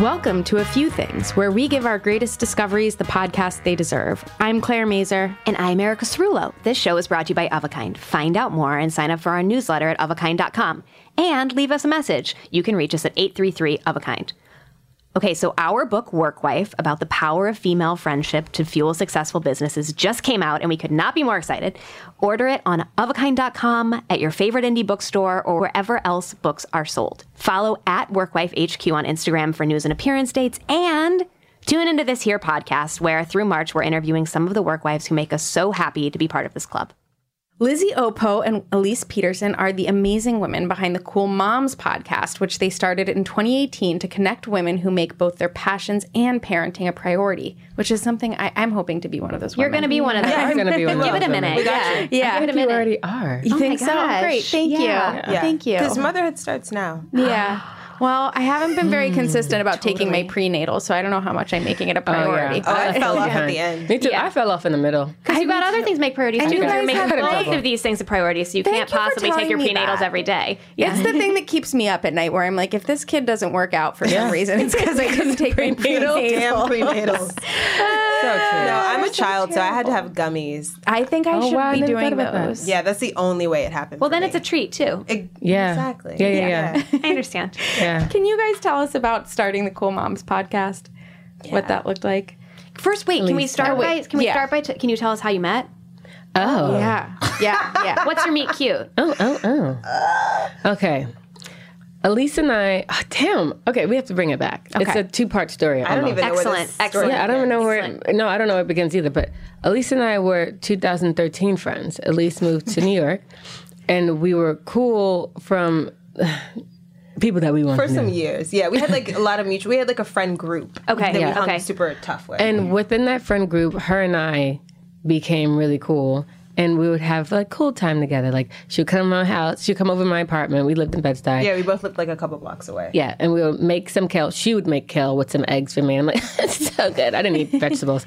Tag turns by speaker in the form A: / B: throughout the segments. A: Welcome to A Few Things, where we give our greatest discoveries the podcast they deserve. I'm Claire Mazer.
B: And I'm Erica Cerullo. This show is brought to you by Ovakind. Find out more and sign up for our newsletter at ovakind.com. And leave us a message. You can reach us at 833 Ovakind. Okay, so our book, Work Wife, about the power of female friendship to fuel successful businesses, just came out, and we could not be more excited. Order it on ofakind.com, at your favorite indie bookstore, or wherever else books are sold. Follow at WorkwifeHQ on Instagram for news and appearance dates, and tune into this here podcast, where through March we're interviewing some of the work wives who make us so happy to be part of this club.
A: Lizzie Opo and Elise Peterson are the amazing women behind the Cool Moms podcast, which they started in 2018 to connect women who make both their passions and parenting a priority, which is something I, I'm hoping to be one of those
B: You're
A: women.
B: going to be one of them.
C: I'm gonna be one of
B: Give it a
C: those
B: minute.
C: women.
B: Yeah.
A: Yeah.
B: Give it a minute.
C: already are.
A: You think
B: my
A: so?
B: gosh.
A: Great. Thank you.
B: Yeah. Thank you.
C: Because motherhood starts now.
A: Yeah. Well, I haven't been very consistent about taking my prenatal, so I don't know how much I'm making it a priority.
C: Oh,
A: but-
C: I fell off at the end.
D: Me too.
B: Yeah.
D: I fell off in the middle.
B: Because you got other things make priorities.
A: And
B: too.
A: you
B: You're
A: guys
B: making
A: had
B: both
A: trouble.
B: of these things a priority, so you can't
A: you for
B: possibly take
A: telling
B: your
A: me
B: prenatals
A: that.
B: every day. Yeah.
A: It's the thing that keeps me up at night where I'm like, if this kid doesn't work out for some reason, it's because I couldn't take my prenatal.
C: Damn prenatals.
D: So true.
C: No, I'm a child, so I had to have gummies.
A: I think Oh, I should
D: wow, I
A: be
D: never thought
A: doing
D: about that.
A: those.
C: Yeah, that's the only way it happened.
B: Well,
C: for
B: then
C: me.
B: it's a treat too.
C: Ex-
D: Yeah.
C: Exactly.
D: Yeah, yeah, yeah.
B: I understand.
D: Yeah.
A: Can you guys tell us about starting the Cool Moms podcast? What that looked like?
B: First, wait. Can we start by? Can we
A: Yeah.
B: start by? T- can you tell us how you met?
D: Oh.
A: Yeah. Yeah. Yeah.
B: What's your meet cute?
D: Oh, oh, oh. Okay. Elise and I, oh, damn. Okay, we have to bring it back. It's
A: Okay.
D: a two part story.
C: I don't
D: almost.
C: even know
B: Uh-huh.
C: where
B: Excellent,
C: this
B: excellent.
C: story
D: Yeah, I don't even know where.
B: Excellent.
D: no, I don't know where it begins either. But Elise and I were 2013 friends. Elise moved to New York, and we were cool from people that we wanted
C: For
D: to know.
C: some years, yeah, we had like a lot of mutual. We had like a friend group.
B: Okay,
C: that we
B: yeah,
C: hung
B: okay.
C: super tough with.
D: And within that friend group, her and I became really cool. And we would have like cool time together. Like she would come to my house, she'd come over to my apartment. We lived in Bed Stuy.
C: yeah, we both lived like a couple blocks away.
D: Yeah, and we would make some kale. She would make kale with some eggs for me. I'm like, it's so good. I didn't eat vegetables.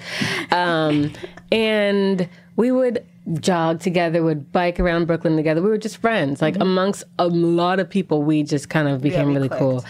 D: Um, and we would jog together, would bike around Brooklyn together. We were just friends. Like amongst a lot of people, Mm-hmm. we just kind of became
C: we
D: really
C: clicked.
D: cool.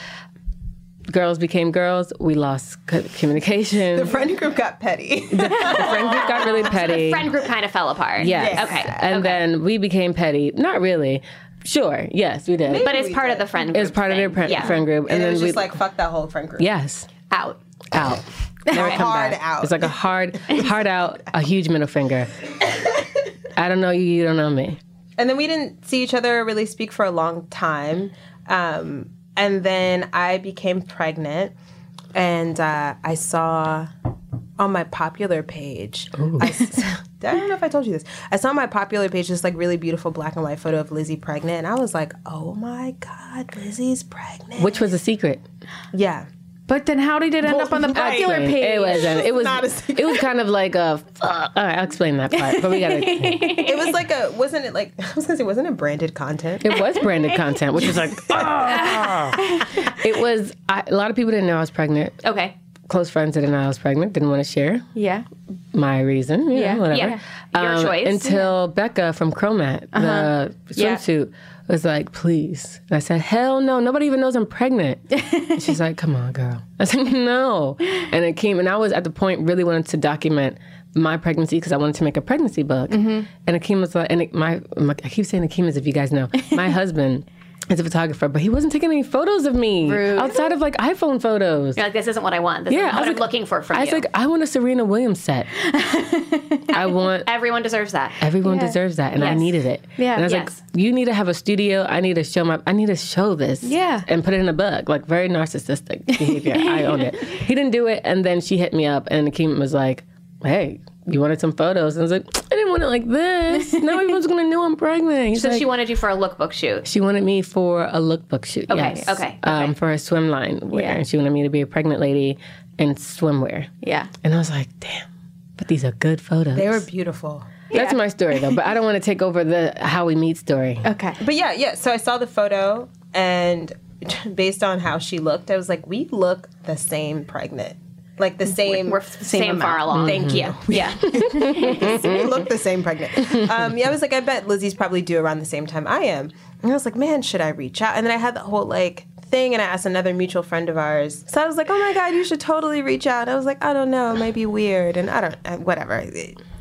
D: Girls became girls. We lost co- communication.
C: The friend group got petty.
D: The friend group got really petty.
B: Friend group kind of fell apart.
D: Yes.
B: Okay.
D: And then we became petty. Not really. Sure. Yes, we did.
B: But it's part of the friend group.
D: it was part of their
B: thing.
D: friend,
B: yeah.
D: friend group. And,
C: and it
D: then
C: was
D: we
C: just like fuck that whole friend group.
D: yes,
B: Out.
D: out. Never come
C: Hard
D: back.
C: out.
D: It's like a hard, hard out, a huge middle finger. I don't know you, you don't know me.
C: and then we didn't see each other really speak for a long time. Um, and then I became pregnant, and uh, I saw on my popular page. I, s- I don't know if I told you this. I saw on my popular page this like really beautiful black and white photo of Lizzie pregnant, and I was like, "Oh my God, Lizzie's pregnant!"
D: Which was a secret.
C: yeah,
A: But then how did it end up on the popular
D: Explain.
A: page?
D: It was. It was.
C: Not a secret.
D: It was kind of like a. Fuck. All right, I'll explain that part. But we got to.
C: it was like a wasn't it like I was gonna say wasn't it branded content?
D: It was branded content, which is like. ah. It was. I, a lot of people didn't know I was pregnant.
B: Okay.
D: close friends that didn't know I was pregnant, didn't want to share
A: Yeah.
D: my reason, you
A: Yeah.
D: know, whatever. Um,
B: Yeah. Your choice. Uh-huh.
D: Until Becca from Chromat, the
A: Yeah.
D: swimsuit, was like, please. And I said, hell no. Nobody even knows I'm pregnant. And She's like, come on, girl. I said, no. And it came, and I was at the point really wanted to document my pregnancy because I wanted to make a pregnancy book.
B: Mm-hmm.
D: And Akeem was like, and it, my, my, I keep saying Akeem as if you guys know, my husband. is a photographer, but he wasn't taking any photos of me outside of like iPhone photos.
B: You're like, this isn't what I want. This
D: Yeah,
B: isn't
D: I
B: what
D: was
B: I'm
D: like-
B: looking for from
D: I
B: you.
D: was like, I want a Serena Williams set. I want
B: Everyone deserves that.
D: everyone deserves that, and I
B: Yes.
D: needed it.
A: Yeah.
D: and I was
B: Yes.
D: like, you need to have a studio. I need to show my. I need to show this.
A: Yeah.
D: and put it in a book. Like very narcissistic behavior. I own it. He didn't do it, and then she hit me up, and Akeem was like, "Hey, you wanted some photos?" And I was like, "I didn't want it like this. Now everyone's gonna know I'm pregnant." He's
B: So
D: like-
B: she wanted you for a lookbook shoot.
D: she wanted me for a lookbook shoot.
B: Okay,
D: yes.
B: okay,
D: Um,
B: okay.
D: for a swim line wear,
A: Yeah.
D: and she wanted me to be a pregnant lady in swimwear.
A: Yeah.
D: And I was like, damn, but these are good photos.
C: They were beautiful.
D: That's my story though, but I don't want to take over the how we meet story.
A: Okay.
C: But yeah, yeah. So I saw the photo, and based on how she looked, I was like, we look the same pregnant. Like the same.
B: We're f- same, far
D: Mm-hmm.
B: along.
C: Thank you.
B: Yeah.
C: we look the same pregnant. Um, yeah, I was like, I bet Lizzie's probably due around the same time I am. And I was like, man, should I reach out? And then I had the whole like thing, and I asked another mutual friend of ours. So I was like, oh my god, you should totally reach out. I was like, I don't know, it might be weird, and I don't, uh, whatever.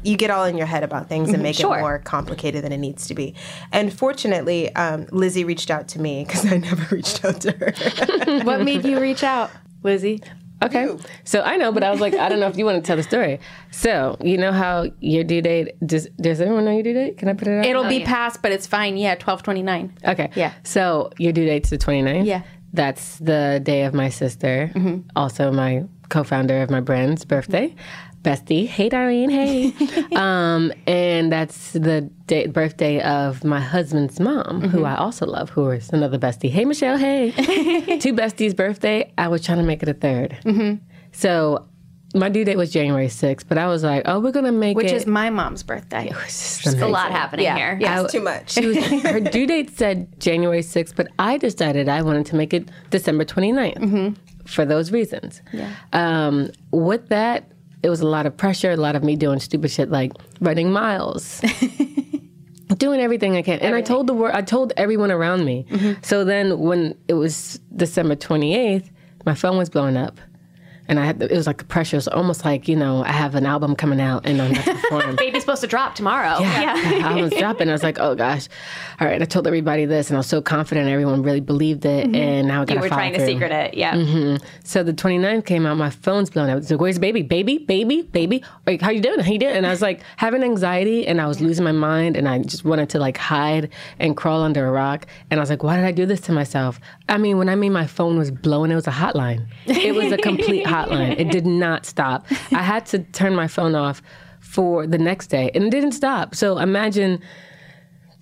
C: You get all in your head about things and make
B: Sure.
C: it more complicated than it needs to be. And fortunately, um, Lizzie reached out to me because I never reached out to her.
A: What made you reach out, Lizzie?
D: Okay. So I know, but I was like, I don't know if you want to tell the story. So you know how your due date does does everyone know your due date? Can I put it out?
A: It'll be past, but it's fine. Yeah, 1229.
D: Okay.
A: Yeah.
D: So your due date's the 29th.
A: Yeah. Mm-hmm.
D: That's the day of my sister, also my co-founder of my brand's birthday. Bestie. Hey Darlene. Hey. um, and that's the day, birthday of my husband's mom, who
A: Mm-hmm.
D: I also love, who is another bestie. Hey Michelle, hey. Two besties birthday. I was trying to make it a 3rd
A: Mm-hmm.
D: So my due date was January 6th, but I was like, oh, we're gonna make
A: Which
D: it
A: is my mom's birthday.
B: There's a lot happening
A: Yeah.
B: here.
A: Yeah.
C: Too much.
D: she was, her due date said January 6th, but I decided I wanted to make it December 29th for those reasons. Mm-hmm. Yeah. Um, with that, it was a lot of pressure, a lot of me doing stupid shit like running miles. Doing everything Mm-hmm. I can, and I told the word. I told everyone around me. So then, when it was December twenty eighth, my phone was blowing up, and I had. It was like the pressure. It was almost like you know, I have an album coming out, and I'm not perform.
B: Baby's supposed to drop tomorrow.
D: I was dropping. I was like, oh gosh. All right. I told everybody this and I was so confident everyone really believed it. And now I got
B: Mm-hmm. You were trying to secret it. Yeah.
D: Mm-hmm. So the 29th came out. My phone's blown up. It's like, where's the baby? Baby? Baby? Baby? Like, how you doing? How you doing? And I was like having anxiety and I was losing my mind and I just wanted to like hide and crawl under a rock. And I was like, why did I do this to myself? I mean, when I mean my phone was blowing, it was a hotline. It was a complete hotline. It did not stop. I had to turn my phone off for the next day and it didn't stop. So imagine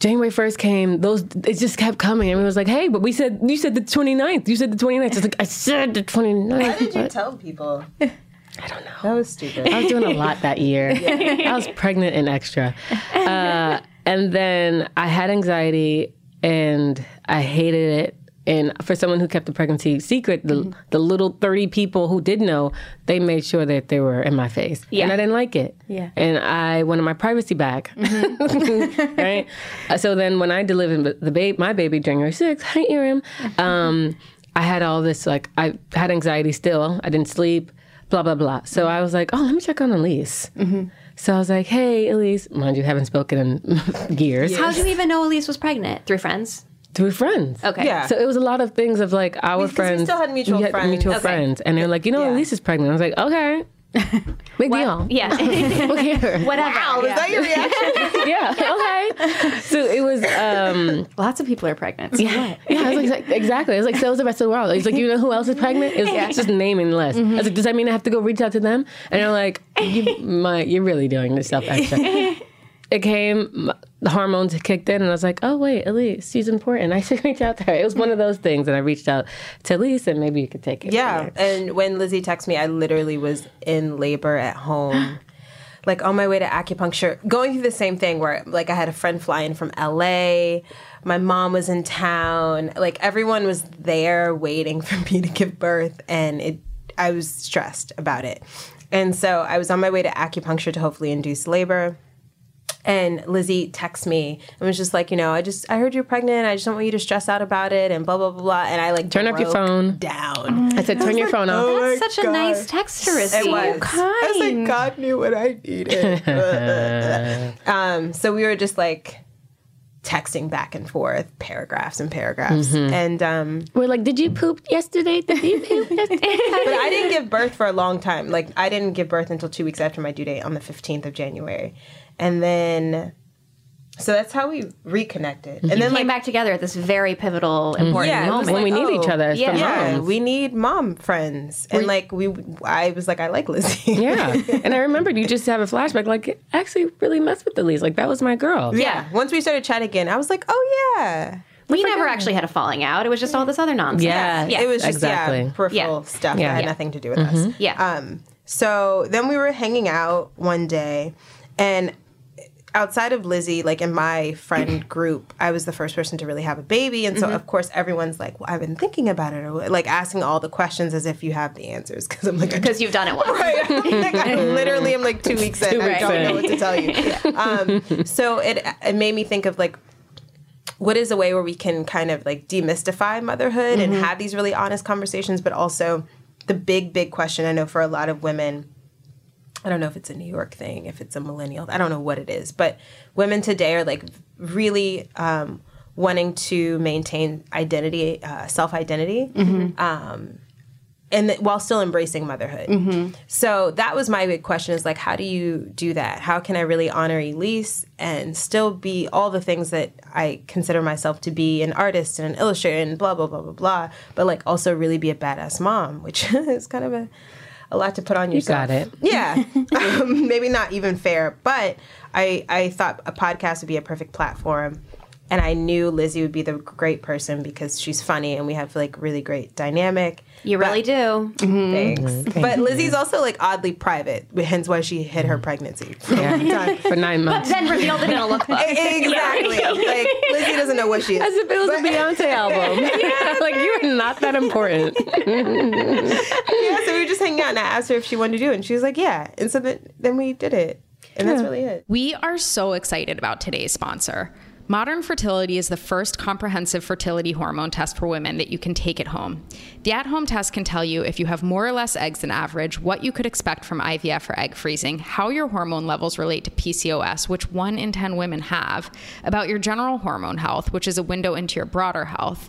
D: January 1st came, those it just kept coming. Everyone was like, hey, but we said you said the 29th. You said the 29th. It's like I said the 29th.
C: Why did you tell people? I don't know. That was stupid.
D: I was doing a lot that year. I was pregnant and extra. Uh, and then I had anxiety and I hated it. And for someone who kept the pregnancy secret, the,
A: Mm-hmm.
D: the little 30 people who did know, they made sure that they were in my face. And I didn't like it.
A: Yeah.
D: And I wanted my privacy back.
A: Mm-hmm.
D: right? Uh, So then when I delivered the babe, my baby January 6th, hi, Erin. Um, I had all this, like, I had anxiety still. I didn't sleep, blah, blah, blah. So
A: Mm-hmm.
D: I was like, oh, let me check on Elise. So I was like, hey, Elise. Mind you, haven't spoken in years.
B: How do you even know Elise was pregnant? Through friends?
D: Through friends.
B: Okay.
C: Yeah.
D: So it was a lot of things of like our
C: We- 'cause we
D: friends.
C: still had mutual
D: We
C: friends.
D: Mutual
C: Okay.
D: friends. And they're like, you know,
C: Yeah.
D: Elise is pregnant. I was like, okay. Big deal.
B: Yeah.
D: Who cares?
B: Whatever.
C: Is that your reaction?
D: yeah. Okay. So it was. um
A: Lots of people are pregnant.
D: Yeah, yeah. I was like, exactly. I was like, so is the rest of the world. It's like, you know who else is pregnant? It's just naming list. I was like, does that mean I have to go reach out to them? And they're like, you, my, you're really doing yourself extra. It came, m- the hormones kicked in, and I was like, oh wait, Elise, she's important. I should reach out to her. It was one of those things, and I reached out to Elise, and maybe you could take it. from
C: Yeah.
D: there.
C: And when Lizzie texted me, I literally was in labor at home. Like on my way to acupuncture, going through the same thing where like I had a friend flying from LA, my mom was in town, like everyone was there waiting for me to give birth and it I was stressed about it. And so I was on my way to acupuncture to hopefully induce labor. And Lizzie texts me and was just like, you know, I just I heard you're pregnant. I just don't want you to stress out about it and blah blah blah. blah. And I like
D: Turn off your
C: broke
D: phone. Oh
C: down.
D: I said, turn your phone off.
B: That's such a nice text to
C: oh It
B: receive.
C: was. I was like, God knew what I needed. um, so we were just like texting back and forth, paragraphs and paragraphs.
D: Mm-hmm.
C: And um,
D: We're like, did you poop yesterday? Did you poop yesterday?
C: but I didn't give birth for a long time. Like I didn't give birth until two weeks after my due date on the fifteenth of January, and then so that's how we reconnected. And
B: Came
C: then like
B: back together at this very pivotal,
D: Mm-hmm.
B: important
C: Yeah, it was
B: moment.
D: when we
C: like,
D: need each
C: oh,
D: other as
B: yeah.
D: for
C: yeah,
D: moms.
C: we need mom friends, and like we, I was like, I like Lizzie.
D: Yeah. and I remembered you just have a flashback, like, it actually really messed with Elise. Like, that was my girl.
C: yeah. Once we started chatting again, I was like, oh yeah.
B: we never actually had a falling out. It was just all this other nonsense.
D: Yeah.
B: Yeah.
C: oh. it was just
D: exactly.
C: yeah, peripheral
B: Yeah.
C: stuff that had
B: Yeah. Mm-hmm.
C: nothing to do with us.
B: Yeah.
C: Um, so then we were hanging out one day, and outside of Lizzie, like in my friend group, I was the first person to really have a baby, and so
B: Mm-hmm.
C: of course everyone's like, "Well, I've been thinking about it," or like asking all the questions as if you have the answers because I'm like, I
B: Because you've done it once.
C: right. Like, I literally am like two weeks in. I
D: weeks
C: don't
D: in.
C: know what to tell you. Um, so it it made me think of like what is a way where we can kind of like demystify motherhood
D: Mm-hmm.
C: and have these really honest conversations, but also the big big question I know for a lot of women. I don't know if it's a New York thing, if it's a millennial. I don't know what it is, but women today are like really um, wanting to maintain identity, uh, self identity,
D: Mm-hmm.
C: and th- while still embracing motherhood.
D: Mm-hmm.
C: So that was my big question: is like, how do you do that? How can I really honor Elise and still be all the things that I consider myself to be—an artist and an illustrator and blah blah blah blah blah—but like also really be a badass mom, which is kind of a a lot to put on yourself.
D: got it.
C: Yeah, um, maybe not even fair, but I I thought a podcast would be a perfect platform, and I knew Lizzie would be the great person because she's funny and we have like really great dynamic.
B: You really
C: But-
B: do.
C: Thanks. Mm-hmm. But Lizzie's also like oddly private, hence why she hid her pregnancy. for a long time.
D: For nine months.
B: Then revealed it in a lookbook.
C: exactly. Like Lizzie doesn't know what she is.
D: As if it was a Beyonce album. like, you are not that important.
C: yeah, so we were just hanging out, and I asked her if she wanted to do it, and she was like, "Yeah." And so then, then we did it, and that's really it.
A: We are so excited about today's sponsor. Modern Fertility is the first comprehensive fertility hormone test for women that you can take at home. The at home test can tell you if you have more or less eggs than average, what you could expect from IVF or egg freezing, how your hormone levels relate to PCOS, which 1 in 10 women have, about your general hormone health, which is a window into your broader health.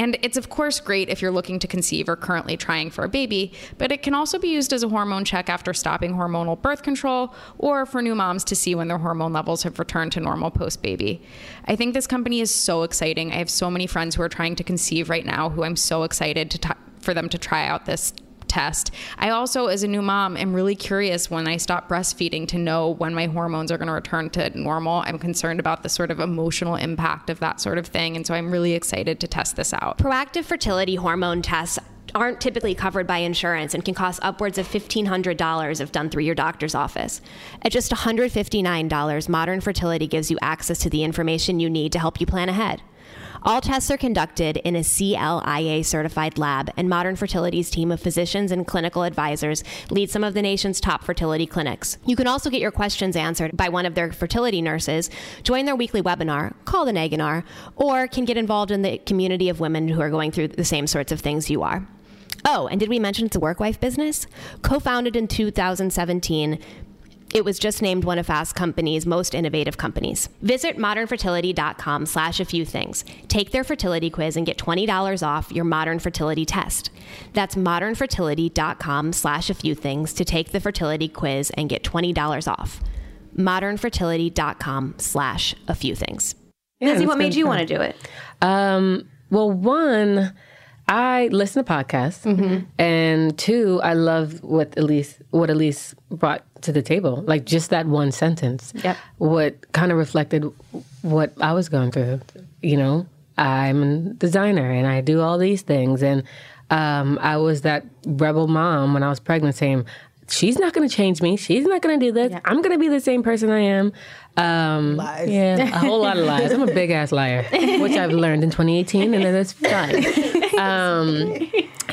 A: And it's, of course, great if you're looking to conceive or currently trying for a baby, but it can also be used as a hormone check after stopping hormonal birth control or for new moms to see when their hormone levels have returned to normal post baby. I think this company is so exciting. I have so many friends who are trying to conceive right now who I'm so excited to t- for them to try out this test. I also, as a new mom, am really curious when I stop breastfeeding to know when my hormones are going to return to normal. I'm concerned about the sort of emotional impact of that sort of thing. And so I'm really excited to test this out.
B: Proactive fertility hormone tests aren't typically covered by insurance and can cost upwards of $1,500 if done through your doctor's office. At just $159, Modern Fertility gives you access to the information you need to help you plan ahead. All tests are conducted in a CLIA certified lab, and Modern Fertility's team of physicians and clinical advisors lead some of the nation's top fertility clinics. You can also get your questions answered by one of their fertility nurses, join their weekly webinar called an Eginar, or can get involved in the community of women who are going through the same sorts of things you are. Oh, and did we mention it's a work wife business? Co founded in 2017, it was just named one of Fast Company's most innovative companies. Visit modernfertility.com slash a few things. Take their fertility quiz and get $20 off your modern fertility test. That's modernfertility.com slash a few things to take the fertility quiz and get $20 off. modernfertility.com slash a few things. Lizzie, what made you want to do it?
D: Um, well, one, I listen to podcasts, and two, I love what Elise what Elise brought to the table. Like just that one sentence.
B: Yep.
D: What kind of reflected what I was going through. You know, I'm a designer and I do all these things, and um, I was that rebel mom when I was pregnant, saying. She's not going to change me. She's not going to do this. I'm going to be the same person I am. Um,
C: Lies.
D: yeah, a whole lot of lies. I'm a big ass liar, which I've learned in 2018, and it is fun. Um,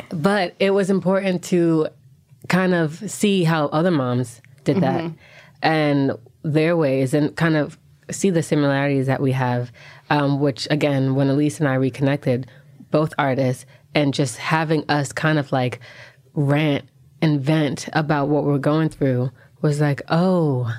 D: But it was important to kind of see how other moms did that and their ways and kind of see the similarities that we have. Um, which, again, when Elise and I reconnected, both artists, and just having us kind of like rant and vent about what we're going through was like, oh,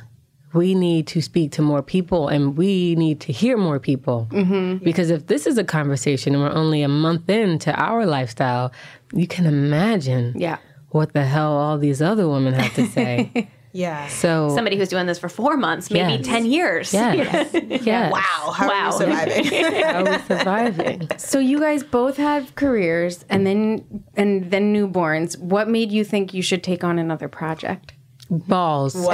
D: we need to speak to more people and we need to hear more people. Mm-hmm. Because if this is a conversation and we're only a month into our lifestyle, you can imagine
A: Yeah.
D: what the hell all these other women have to say.
C: Yeah.
D: so,
B: Somebody who's doing this for four months, maybe
D: Yes.
B: 10 years.
D: yes, yes.
C: Wow. How are you
B: Wow.
C: surviving?
D: How are we surviving?
A: So you guys both have careers and then and then newborns. What made you think you should take on another project?
D: Balls.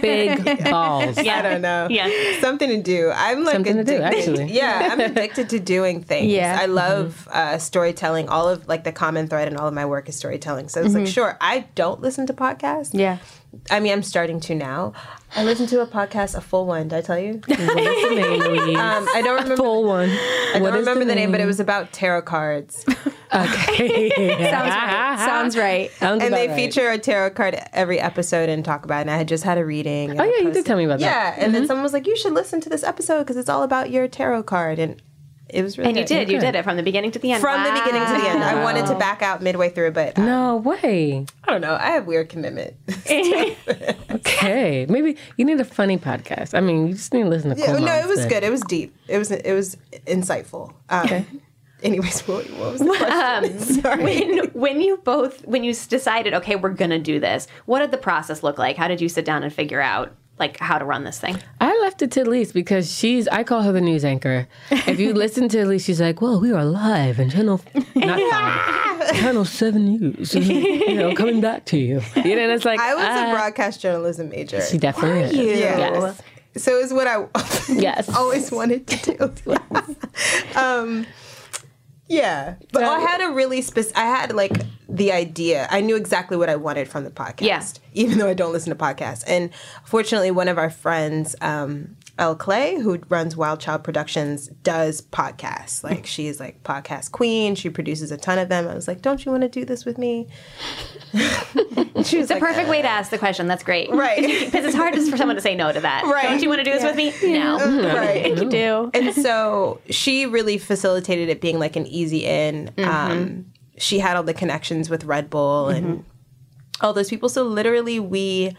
D: Big balls.
C: I don't know.
B: Yeah.
C: Something to do. I'm like
D: Something to do,
C: addicted.
D: actually. Mm-hmm.
C: Yeah, I'm addicted to doing things.
A: Yeah.
C: I love uh, storytelling. All of like the common thread in all of my work is storytelling. So it's like,
D: Mm-hmm.
C: sure, I don't listen to podcasts.
A: Yeah.
C: I mean, I'm starting to now. I listened to a podcast, a full one. Did I tell you?
D: What is the name, Louise?
C: Um, I don't remember.
D: Full one.
C: I don't remember the, name, but it was about tarot cards.
D: Okay.
A: Sounds right. Sounds right.
D: Sounds
C: and
D: about
C: they
D: right.
C: feature a tarot card every episode and talk about it. And I had just had a reading. and
D: Oh,
C: I
D: yeah, you
C: posted-
D: did tell me about that. Mm-hmm.
C: Yeah, and then someone was like, "You should listen to this episode because it's all about your tarot card." And it was really
B: And you
C: good.
B: did. You did it from the beginning to the end.
C: from the
B: Wow.
C: beginning to the end. I wanted to back out midway through, but uh,
D: No way.
C: I don't know. I have weird commitment.
D: Okay. Maybe you need a funny podcast. I mean, you just need to listen to
C: Yeah,
D: cool
C: no,
D: Moms
C: it was
D: then.
C: good. It was deep. It was it was insightful. Um, Anyways, what, what was the question? Sorry.
B: Um, when, when you both, when you s- decided, okay, we're going to do this, what did the process look like? How did you sit down and figure out? Like how to run this thing.
D: I left it to Elise because she's, I call her the news anchor. If you listen to Elise, she's like, well, we are live in channel, not five, channel seven news, you know, coming back to you. You know, and it's like,
C: I was
D: uh,
C: a broadcast journalism major.
D: she definitely is.
C: Yeah.
D: Yes.
C: So it was what I
D: Yes.
C: always wanted to do. um, yeah, but I had a really specific. I had like the idea. I knew exactly what I wanted from the podcast,
B: Yeah.
C: even though I don't listen to podcasts. And fortunately, one of our friends, um, Elle Clay, who runs Wild Child Productions, does podcasts. Like she's like podcast queen. She produces a ton of them. I was like, don't you want to do this with me? she was
B: It's a perfect way to ask the question. That's great,
C: uh, Right.
B: Because it's hard just for someone to say no to that.
C: Right.
B: Don't you want to do this with me? No.
C: right.
B: You do.
C: and so she really facilitated it being like an easy in.
D: Mm-hmm.
C: Um, she had all the connections with Red Bull and all those people. So literally, we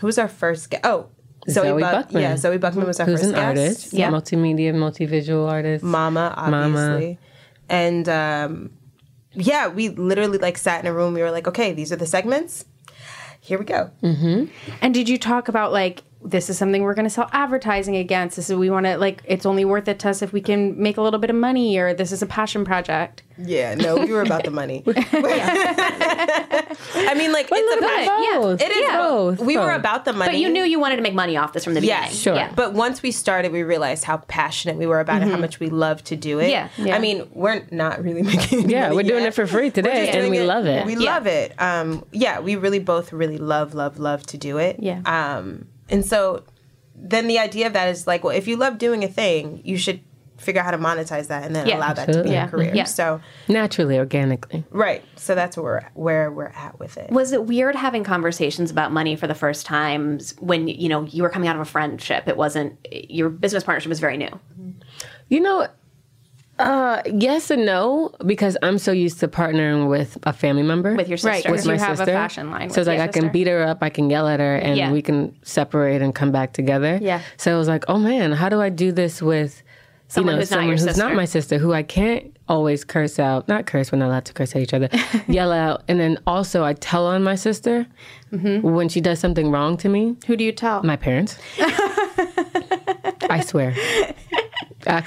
C: who was our first guest? Oh, Zoe,
D: Zoe
C: Buck-
D: Buckman.
C: Yeah, Zoe Buckman was our
D: Who's
C: first
D: an
C: guest.
D: artist,
B: Yeah.
D: multimedia, multivisual artist.
C: Mama,
D: Mama.
C: obviously, and um, yeah, we literally like sat in a room. We were like, okay, these are the segments. Here we go.
D: Mm-hmm.
A: And did you talk about like this is something we're going to sell advertising against? This is we want to like it's only worth it to us if we can make a little bit of money or this is a passion project.
C: Yeah, no, we were about the money. I mean, like it's a passion.
D: Both.
C: It is both.
D: both.
C: We were
D: both.
C: about the money.
B: But you knew you wanted to make money off this from the
C: Yeah,
B: beginning.
D: sure.
B: Yeah.
C: But once we started, we realized how passionate we were about it, how much we love to do it.
B: Mm-hmm. Yeah,
A: yeah.
C: I mean, we're not really making. any
D: Yeah,
C: money
D: we're doing
C: yet.
D: it for free
C: We're
D: today,
C: just
D: and
C: doing
D: we love it.
C: We
B: Yeah.
C: love it. Um, yeah, we really both really love, love, love to do it.
A: Yeah.
C: Um, and so then the idea of that is like, well, if you love doing a thing, you should figure out how to monetize that and then
B: Yeah.
C: allow that to be your career.
B: Yeah.
C: So
D: Naturally, organically.
C: right, so that's where we're at, where we're at with it.
B: Was it weird having conversations about money for the first times when you know you were coming out of a friendship? It wasn't your business partnership was very new.
D: You know, uh, yes and no, because I'm so used to partnering with a family member.
B: With your Right, sister.
D: With
B: 'cause
D: my
A: you have a
D: sister.
A: fashion line
D: So
A: with
D: it's like
A: your
D: I can
A: sister.
D: beat her up, I can yell at her, and
B: Yeah.
D: we can separate and come back together.
A: Yeah.
D: So it was like, oh man, how do I do this with
B: Someone
D: you know,
B: who's not
D: someone
B: your
D: who's
B: sister.
D: not my sister, who I can't always curse out, not curse, we're not allowed to curse at each other, yell out. And then also, I tell on my sister when she does something wrong to me.
A: Who do you tell?
D: My parents. I swear. I,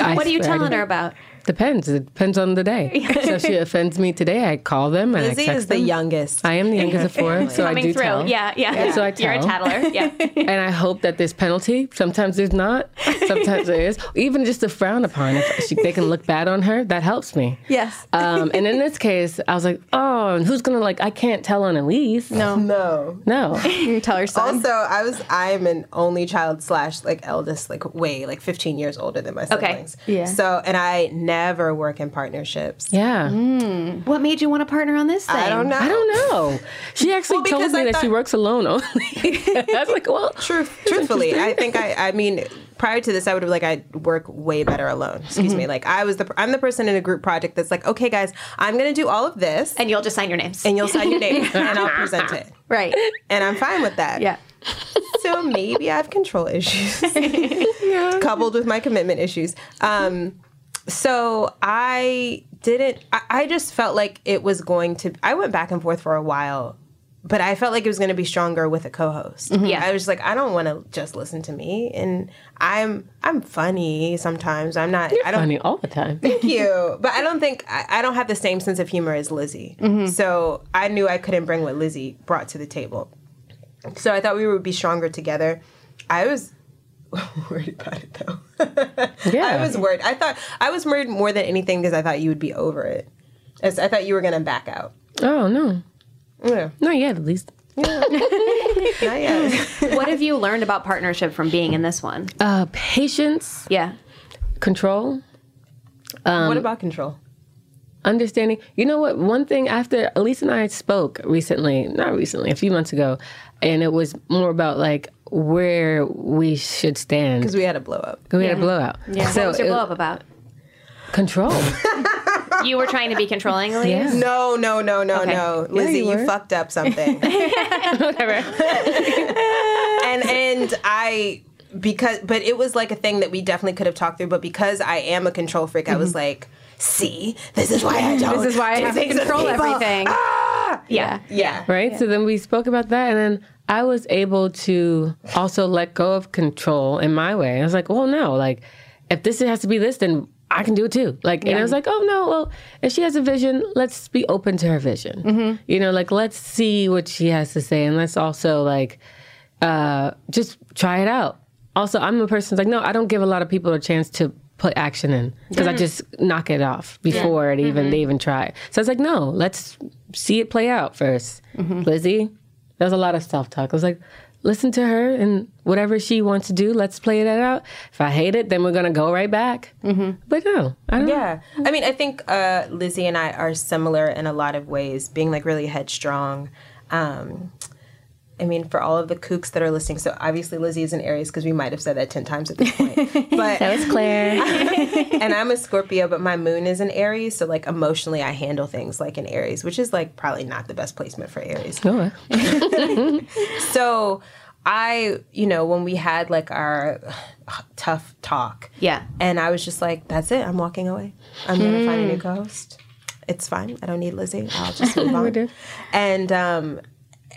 D: I
B: What are you telling
D: swear, I didn't-
B: her about?
D: Depends. It depends on the day. so if she offends me today, I call them and I
C: Lizzie
D: text
C: is the
D: them.
C: youngest.
D: I am the youngest of four, so I
B: Coming
D: do
B: through,
D: tell.
B: yeah, yeah.
D: So I
B: You're a
D: tell.
B: tattler, yeah.
D: And I hope that there's penalty. Sometimes there's not. Sometimes there is. Even just a frown upon. If she, they can look bad on her, that helps me.
A: Yes.
D: Um, and in this case, I was like, oh, and who's gonna like? I can't tell on Elise. No.
C: no.
D: No.
A: you tell her son.
C: Also, I was I'm an only child slash like eldest, like way like 15 years older than my
B: Okay.
C: siblings.
A: Yeah.
C: So, and I never work in partnerships.
D: Yeah.
B: What made you want to partner on this thing?
C: I don't know.
D: I don't know. She actually
C: Well,
D: told
C: because
D: me
C: I
D: that she
C: thought-
D: works alone only. I was like, well,
C: Truth, truthfully, I think I. I mean, prior to this, I would have like I work way better alone. Excuse
D: Mm-hmm.
C: me. Like I was the I'm the person in a group project that's like, okay, guys, I'm gonna do all of this,
B: And you'll just sign your names.
C: and you'll sign your name, and I'll present it,
A: Right.
C: and I'm fine with that.
A: Yeah.
C: So maybe I have control issues, coupled with my commitment issues. Um, so I didn't. I, I just felt like it was going to. I went back and forth for a while, but I felt like it was going to be stronger with a co-host.
B: Yeah.
C: I was just like, I don't want to just listen to me, and I'm I'm funny sometimes. I'm not. I don't
D: funny all the time.
C: you, but I don't think I, I don't have the same sense of humor as Lizzie. So I knew I couldn't bring what Lizzie brought to the table. So I thought we would be stronger together. I was worried about it though.
D: Yeah.
C: I was worried. I thought I was worried more than anything because I thought you would be over it. As I thought you were gonna back out.
D: Oh, no.
C: Yeah.
D: Not yet, at least.
C: Not yet.
B: what have you learned about partnership from being in this one?
D: Uh, patience,
B: yeah.
D: control,
C: what about control?
D: understanding. You know what? One thing after Elise and I spoke recently, not recently, a few months ago, and it was more about like where we should stand.
C: Because we had a blow up.
D: we had a blowout. Yeah. So
B: what was your
D: it-
B: blow up about?
D: control.
B: You were trying to be controlling, Elise?
D: Yeah.
C: No, no, no, no,
B: Okay.
C: no. Lizzie, you, fucked up something. Whatever. and and I because but it was like a thing that we definitely could have talked through, but because I am a control freak, I was like, see, this is why I don't
A: Mm-hmm. This is why I
C: do
A: have to
C: things with
A: control
C: people." Ah!
A: everything.
B: Yeah.
C: Yeah.
D: right? So then we spoke about that, and then I was able to also let go of control in my way. I was like, well, no, like if this has to be this, then I can do it too. Like, and I was like, oh no, well, if she has a vision, let's be open to her vision. You know, like let's see what she has to say, and let's also like uh, just try it out. Also, I'm a person that's like, no, I don't give a lot of people a chance to put action in because
B: Mm-hmm.
D: I just knock it off before it even they even try. So I was like, no, let's see it play out 1st
B: Mm-hmm.
D: Lizzie, there was a lot of self talk. I was like, listen to her and whatever she wants to do, let's play that out. If I hate it, then we're gonna go right back.
B: Mm-hmm.
D: But no, I don't.
C: Yeah. I mean, I think uh, Lizzie and I are similar in a lot of ways, being like really headstrong. Um, I mean, for all of the kooks that are listening, so obviously Lizzie is an Aries because we might have said that 10 times at this point. But
B: That was Claire.
C: and I'm a Scorpio, but my moon is an Aries, so like emotionally I handle things like an Aries, which is like probably not the best placement for Aries.
D: No way.
C: So I, you know, when we had like our tough talk.
B: Yeah.
C: And I was just like, that's it, I'm walking away. I'm gonna find a new co-host. It's fine. I don't need Lizzie. I'll just move on. and um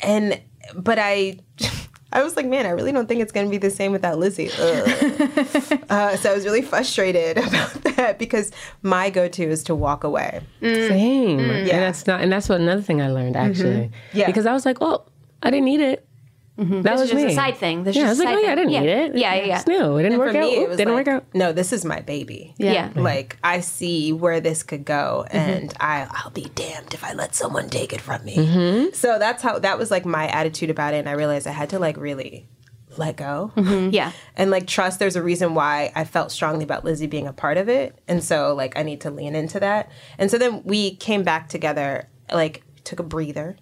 C: and but I I was like, man, I really don't think it's gonna be the same without Lizzie. Ugh. Uh, so I was really frustrated about that because my go-to is to walk away.
D: Same.
B: Mm-hmm.
D: And
C: Yeah.
D: that's not. And that's what another thing I learned actually.
C: Yeah.
D: Because I was like, oh, I didn't need it. That was
B: Mm-hmm. This is
D: me.
B: just a side thing. This is
D: yeah, I was
B: just a
D: like,
B: side
D: oh yeah, I
B: thing.
D: didn't need it.
B: Yeah, yeah, yeah.
D: It's new. It didn't
C: And
D: work out. Oop, didn't
C: like,
D: work out.
C: No, this is my baby.
B: Yeah. Yeah.
C: Like I see where this could go,
D: Mm-hmm.
C: and I I'll be damned if I let someone take it from me.
D: Mm-hmm.
C: So that's how that was like my attitude about it, and I realized I had to like really let go
B: Yeah.
C: and like trust there's a reason why I felt strongly about Lizzie being a part of it. And so like I need to lean into that. And so then we came back together, like took a breather,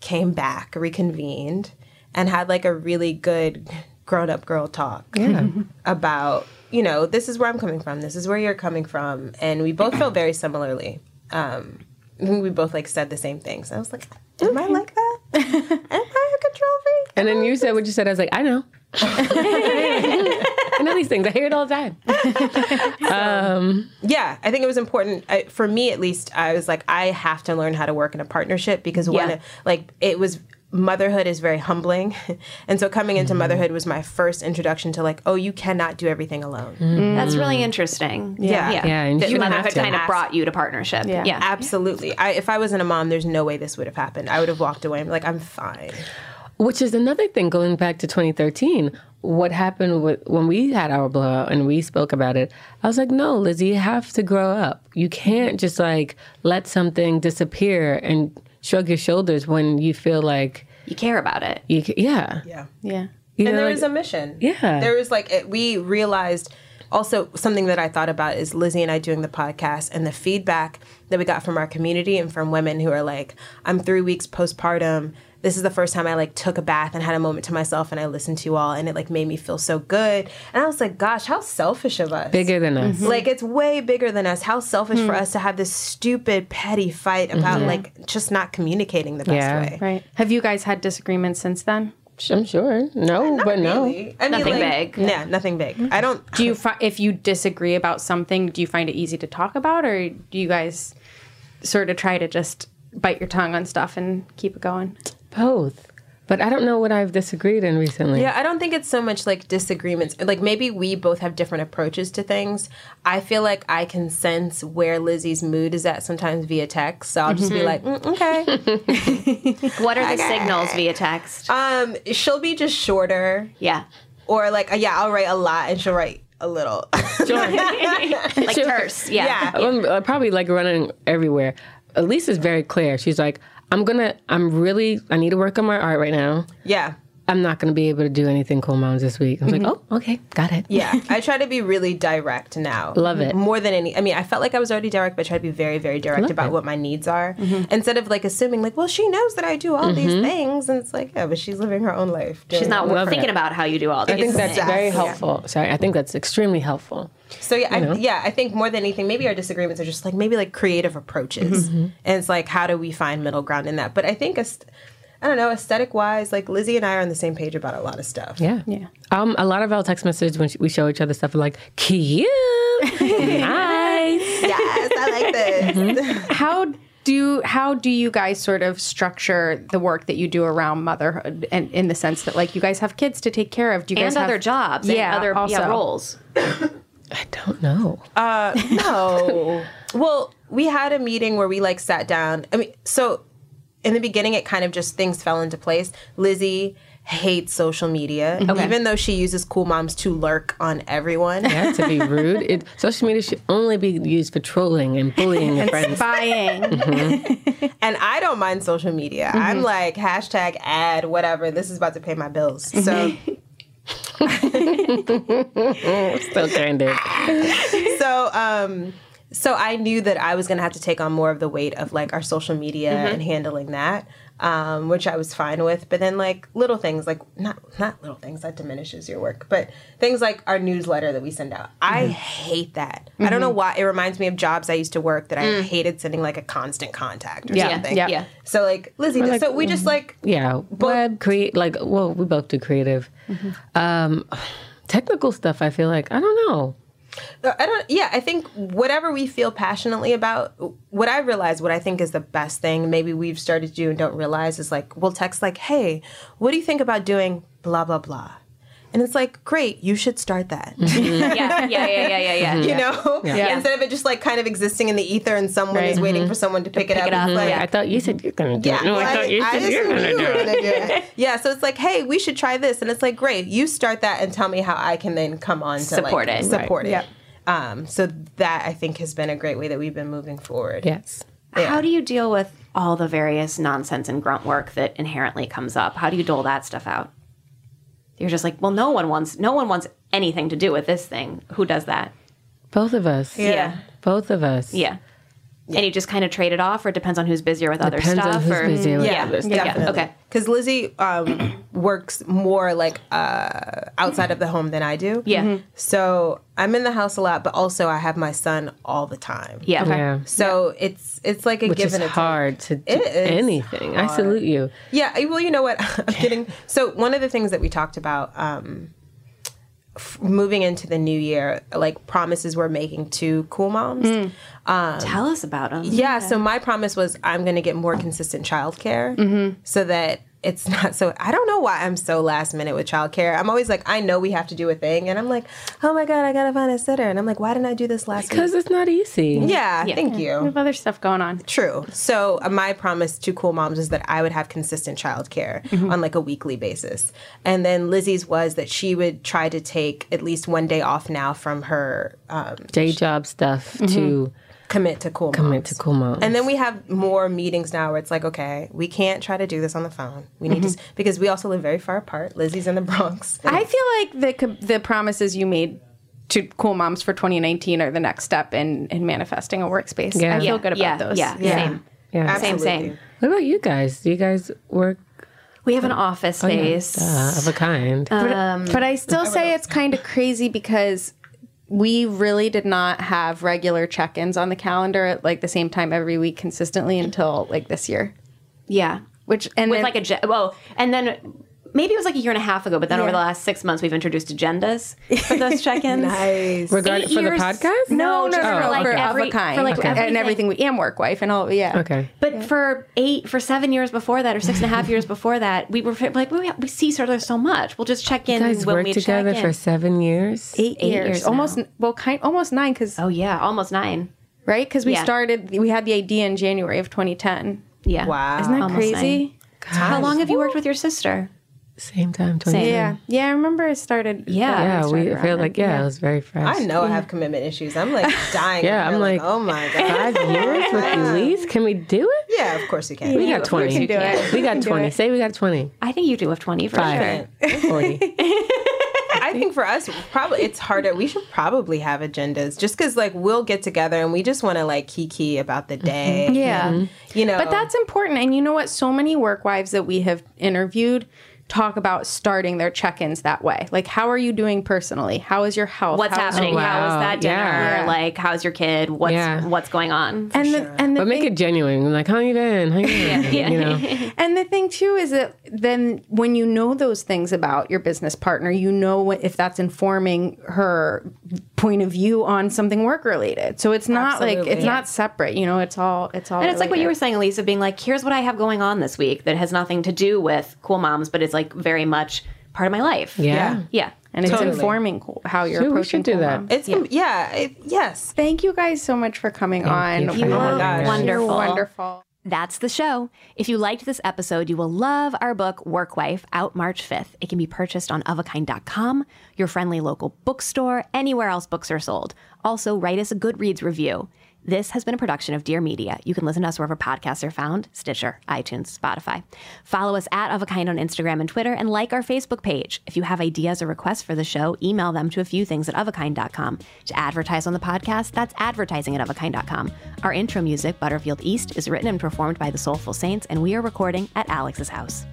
C: came back, reconvened, and had like a really good grown up girl talk about, you know, this is where I'm coming from, this is where you're coming from. And we both felt very similarly. Um we both like said the same things. I was like, Am I like that? Am I a control freak?
D: And then you said what you said. I was like, I know. I know these things. I hear it all the time.
C: yeah, I think it was important I, for me at least. I was like, I have to learn how to work in a partnership because
B: Yeah.
C: when like it was motherhood is very humbling, and so coming
B: Mm-hmm.
C: into motherhood was my first introduction to like, oh, you cannot do everything alone.
B: That's really interesting.
C: Yeah.
B: Mm. Yeah.
D: Yeah, and
B: That
D: you have
B: motherhood
D: to
B: kind of
C: ask.
B: brought you to partnership. Yeah.
C: Absolutely. I, if I wasn't a mom, there's no way this would have happened. I would have walked away. I'm like, I'm fine.
D: Which is another thing going back to 2013. What happened with, when we had our blowout and we spoke about it? I was like, no, Lizzie, you have to grow up. You can't just like let something disappear and shrug your shoulders when you feel like
B: You care about it.
D: you. c- Yeah,
C: Yeah.
A: Yeah.
D: You
C: and
D: know,
C: there
D: like-
C: was a mission.
D: Yeah.
C: There was like it, we realized Also, something that I thought about is Lizzie and I doing the podcast and the feedback that we got from our community and from women who are like, I'm three weeks postpartum. This is the first time I like took a bath and had a moment to myself and I listened to you all and it like made me feel so good. And I was like, gosh, how selfish of us. Mm-hmm.
D: Bigger Mm-hmm. than us.
C: Like it's way bigger than us. How selfish for us to have this stupid petty fight about like just not communicating the best
D: Mm-hmm. Yeah.
C: way.
A: Right. Have you guys had disagreements since then?
D: Mm-hmm. I'm sure. No, but no.
C: Really. I mean,
B: Oh. Nothing
C: like,
B: big.
C: Yeah, nothing big. I don't.
A: Do you fi- if you disagree about something, do you find it easy to talk about, or do you guys sort of try to just bite your tongue on stuff and keep it going?
D: Both. But I don't know what I've disagreed in recently.
C: Yeah, I don't think it's so much like disagreements. Like maybe we both have different approaches to things. I feel like I can sense where Lizzie's mood is at sometimes via text. So I'll just be like, mm, okay.
B: What are the signals via text?
C: Um, she'll be just shorter,
B: yeah.
C: or like, yeah, I'll write a lot, and she'll write a little.
B: Like terse. Yeah.
C: yeah.
D: I'm uh, probably like running everywhere. Elise is very clear. She's like, I'm gonna, I'm really, I need to work on my art right now.
C: Yeah.
D: I'm not gonna be able to do anything cool moms this week. I'm like, oh, okay, got it.
C: Mm-hmm. Yeah, I try to be really direct now.
D: Love it.
C: More than any. I mean, I felt like I was already direct, but I try to be very, very direct about what my needs are instead of like assuming like, well, she knows that I do all these things, and it's like, yeah, but she's living her own life. doing
B: She's not
C: it.
B: wor- thinking about how you do all
D: I think
B: these.
D: that's
C: Exactly.
D: very
C: Yeah.
D: helpful. Sorry, I think that's extremely helpful.
C: So yeah, I, yeah, I think more than anything, maybe our disagreements are just like maybe like creative approaches, and it's like how do we find middle ground in that? But I think. Est- I don't know, aesthetic wise, like Lizzie and I are on the same page about a lot of stuff.
D: Yeah. Yeah. Um, a lot of our text messages when we show each other stuff are like, cute, nice.
C: Yes, I like this.
A: How do how do you guys sort of structure the work that you do around motherhood, and in the sense that like you guys have kids to take care of? Do you
B: and
A: guys have
B: other jobs
A: Yeah,
B: and other
A: also.
B: yeah, roles.
D: I don't know.
C: No. well, we had a meeting where we like sat down. I mean, so in the beginning, it kind of just things fell into place. Lizzie hates social media, even though she uses Cool Moms to lurk on everyone.
D: yeah, to be rude. It, social media should only be used for trolling and bullying your friends.
A: Buying.
C: And I don't mind social media. I'm like hashtag ad whatever. This is about to pay my bills. So,
D: Still kind of.
C: so um. So I knew that I was gonna have to take on more of the weight of like our social media
A: Mm-hmm.
C: and handling that, um, which I was fine with. But then like little things, like not not little things that diminishes your work, but things like our newsletter that we send out. I
A: Mm-hmm.
C: hate that. I don't know why. It reminds me of jobs I used to work that I hated sending like a constant contact or
A: Mm. Yeah,
C: something.
A: yeah. mm-hmm.
B: Yeah.
C: So like Lizzie, so we just like
D: Yeah, web create like well, we both do creative,
C: Mm-hmm.
D: um, technical stuff. I feel like I don't know.
C: Uh, I don't. Yeah, I think whatever we feel passionately about, what I realize, what I think is the best thing, maybe we've started to do and don't realize is like we'll text like, "Hey, what do you think about doing blah blah blah?" And it's like, "Great, you should start that."
B: yeah, yeah, yeah, yeah, yeah, yeah.
C: You know, instead of it just like kind of existing in the ether and someone is waiting for someone Mm-hmm. to pick it up.
B: it up,
C: It's like,
D: I thought you said you're gonna do
C: yeah,
D: it. No, I
C: like,
D: thought you
C: I
D: said you're
C: assumed
D: gonna
C: you
D: do
C: were
D: it.
C: gonna do it. Yeah, so it's like, hey, we should try this, and it's like, great, you start that and tell me how I can then come on to
B: Support
C: like,
B: it.
C: support it. Um, so that I think has been a great way that we've been moving forward.
D: Yes.
B: How do you deal with all the various nonsense and grunt work that inherently comes up? How do you dole that stuff out? You're just like, well, no one wants no one wants anything to do with this thing. Who does that?
D: Both of us.
C: Yeah.
D: Both of us.
B: Yeah. And you just kind of trade it off, or it depends on who's busier with other
D: Depends
B: stuff.
D: on who's
B: or,
D: busy with
B: yeah,
D: other stuff.
B: yeah,
C: Definitely.
B: okay.
C: Because Lizzie um, works more like uh, outside of the home than I do. Mm-hmm.
B: Yeah.
A: Mm-hmm.
C: So I'm in the house a lot, but also I have my son all the time.
B: Yeah.
D: Yeah.
C: So it's it's like a
D: Which
C: give
D: is
C: and a take.
D: hard to do
C: It is
D: anything. I salute you.
C: Yeah, I- well, you know what? I'm getting. So, one of the things that we talked about um, f- moving into the new year, like promises we're making to cool moms.
B: Tell us about them.
C: Yeah, so my promise was I'm going to get more consistent childcare so that it's not so. I don't know why I'm so last minute with childcare. I'm always like, I know we have to do a thing. And I'm like, oh my God, I got to find a sitter. And I'm like, why didn't I do this last
D: Because
C: week?
D: it's not easy.
C: Yeah, thank you.
A: We have other stuff going on.
C: True. So uh, my promise to cool moms is that I would have consistent childcare
D: Mm-hmm.
C: on like a weekly basis, and then Lizzie's was that she would try to take at least one day off now from her um,
D: Day job stuff
B: Mm-hmm.
D: to
C: commit to cool
D: commit
C: moms.
D: to cool moms.
C: And then we have more meetings now where it's like, okay, we can't try to do this on the phone. We need
D: Mm-hmm.
C: to s- because we also live very far apart. Lizzie's in the Bronx.
A: I feel like the co- the promises you made to Cool Moms for 2019 are the next step in in manifesting a workspace.
D: Yeah.
A: I feel
D: Yeah,
A: good about
B: yeah,
A: those.
B: yeah, same.
D: Yeah.
B: Same, same.
D: What about you guys? Do you guys work
B: We
D: Oh,
B: have an office space.
D: uh, of a kind?
A: But,
B: Uh,
A: but I still say it's kind of crazy because we really did not have regular check-ins on the calendar at like the same time every week consistently until like this year.
B: Yeah.
A: Which and
B: With
A: then-
B: like a, ge- well, and then maybe it was like a year and a half ago, but then over the last six months, we've introduced agendas for those check ins.
C: Nice.
B: Eight
D: Regarding for
B: years-
D: the podcast?
B: No,
A: no,
B: just
A: no, no,
B: for like
A: for
B: every
A: of a kind,
B: for like
A: and everything we and work wife and all. Yeah.
D: Okay.
B: But for eight, for seven years before that, or six and a half years before that, we were like, we, we see each other so much. We'll just check in
D: You guys
B: when
D: worked
B: we
D: together
B: check
D: for
B: in.
D: seven years.
A: Eight, years,
B: years
A: almost.
B: now.
A: Well, kind almost nine because
B: Oh yeah, almost nine.
A: right because we
B: Yeah.
A: started. We had the idea in January of 2010.
B: Yeah.
C: Wow.
A: Isn't that
B: Almost
A: crazy?
B: How long have you worked with your sister?
D: Same time, 20
A: Yeah, yeah. I remember it started. uh,
B: Yeah.
D: Yeah,
A: started
D: we
A: around
D: feel
A: then.
D: like, yeah, it was very fresh.
C: I know I have commitment issues. I'm like dying.
D: Yeah,
C: over
D: I'm
C: here,
D: like,
C: oh my god.
D: Five years with Elise? Can we do it?
C: yeah, of course you can.
D: We got 20.
A: do it.
D: We got
A: You can do
D: 20.
A: it.
D: Say we got 20.
B: I think you do have twenty for sure.
D: Five. 40.
C: I think for us, probably it's harder. We should probably have agendas just because, like, we'll get together and we just want to, like, kiki about the day.
A: Mm-hmm. Yeah.
D: Mm-hmm.
C: You know,
A: But that's important. And you know what? So many work wives that we have interviewed talk about starting their check-ins that way. Like, how are you doing personally? How is your health?
B: What's
A: How is-
B: happening?
D: Oh, wow.
B: How was that dinner?
D: Yeah.
A: Yeah.
B: Like, how's your kid? What's
D: Yeah.
B: what's going on?
A: And the, and the
D: But make
A: thing-
D: it genuine. Like, how you been? How you been? You know?
A: And the thing too is that then when you know those things about your business partner, you know what, if that's informing her point of view on something work related. So it's not like it's not separate. You know, it's all it's all.
B: And it's like what you were
A: related.
B: saying, Elise, of being like, here's what I have going on this week that has nothing to do with cool moms, but is like very much part of my life.
D: Yeah.
B: Yeah.
A: and it's informing co- how you're
D: Shoot, we
A: approaching.
D: should do
A: cool
D: that.
A: mom.
C: it's, yeah, it, yes.
A: Thank you guys so much for coming
D: you
A: on.
D: for
A: You're
D: having us.
C: gosh.
B: Wonderful.
A: wonderful.
B: That's the show. If you liked this episode, you will love our book, Work Wife, out March 5th. It can be purchased on ofakind.com, your friendly local bookstore, anywhere else books are sold. Also, write us a Goodreads review. This has been a production of Dear Media. You can listen to us wherever podcasts are found Stitcher, iTunes, Spotify. Follow us at Of a Kind on Instagram and Twitter, and like our Facebook page. If you have ideas or requests for the show, email them to a few things at ofakind.com. To advertise on the podcast, that's advertising at ofakind.com. Our intro music, Butterfield East, is written and performed by the Soulful Saints, and we are recording at Alex's house.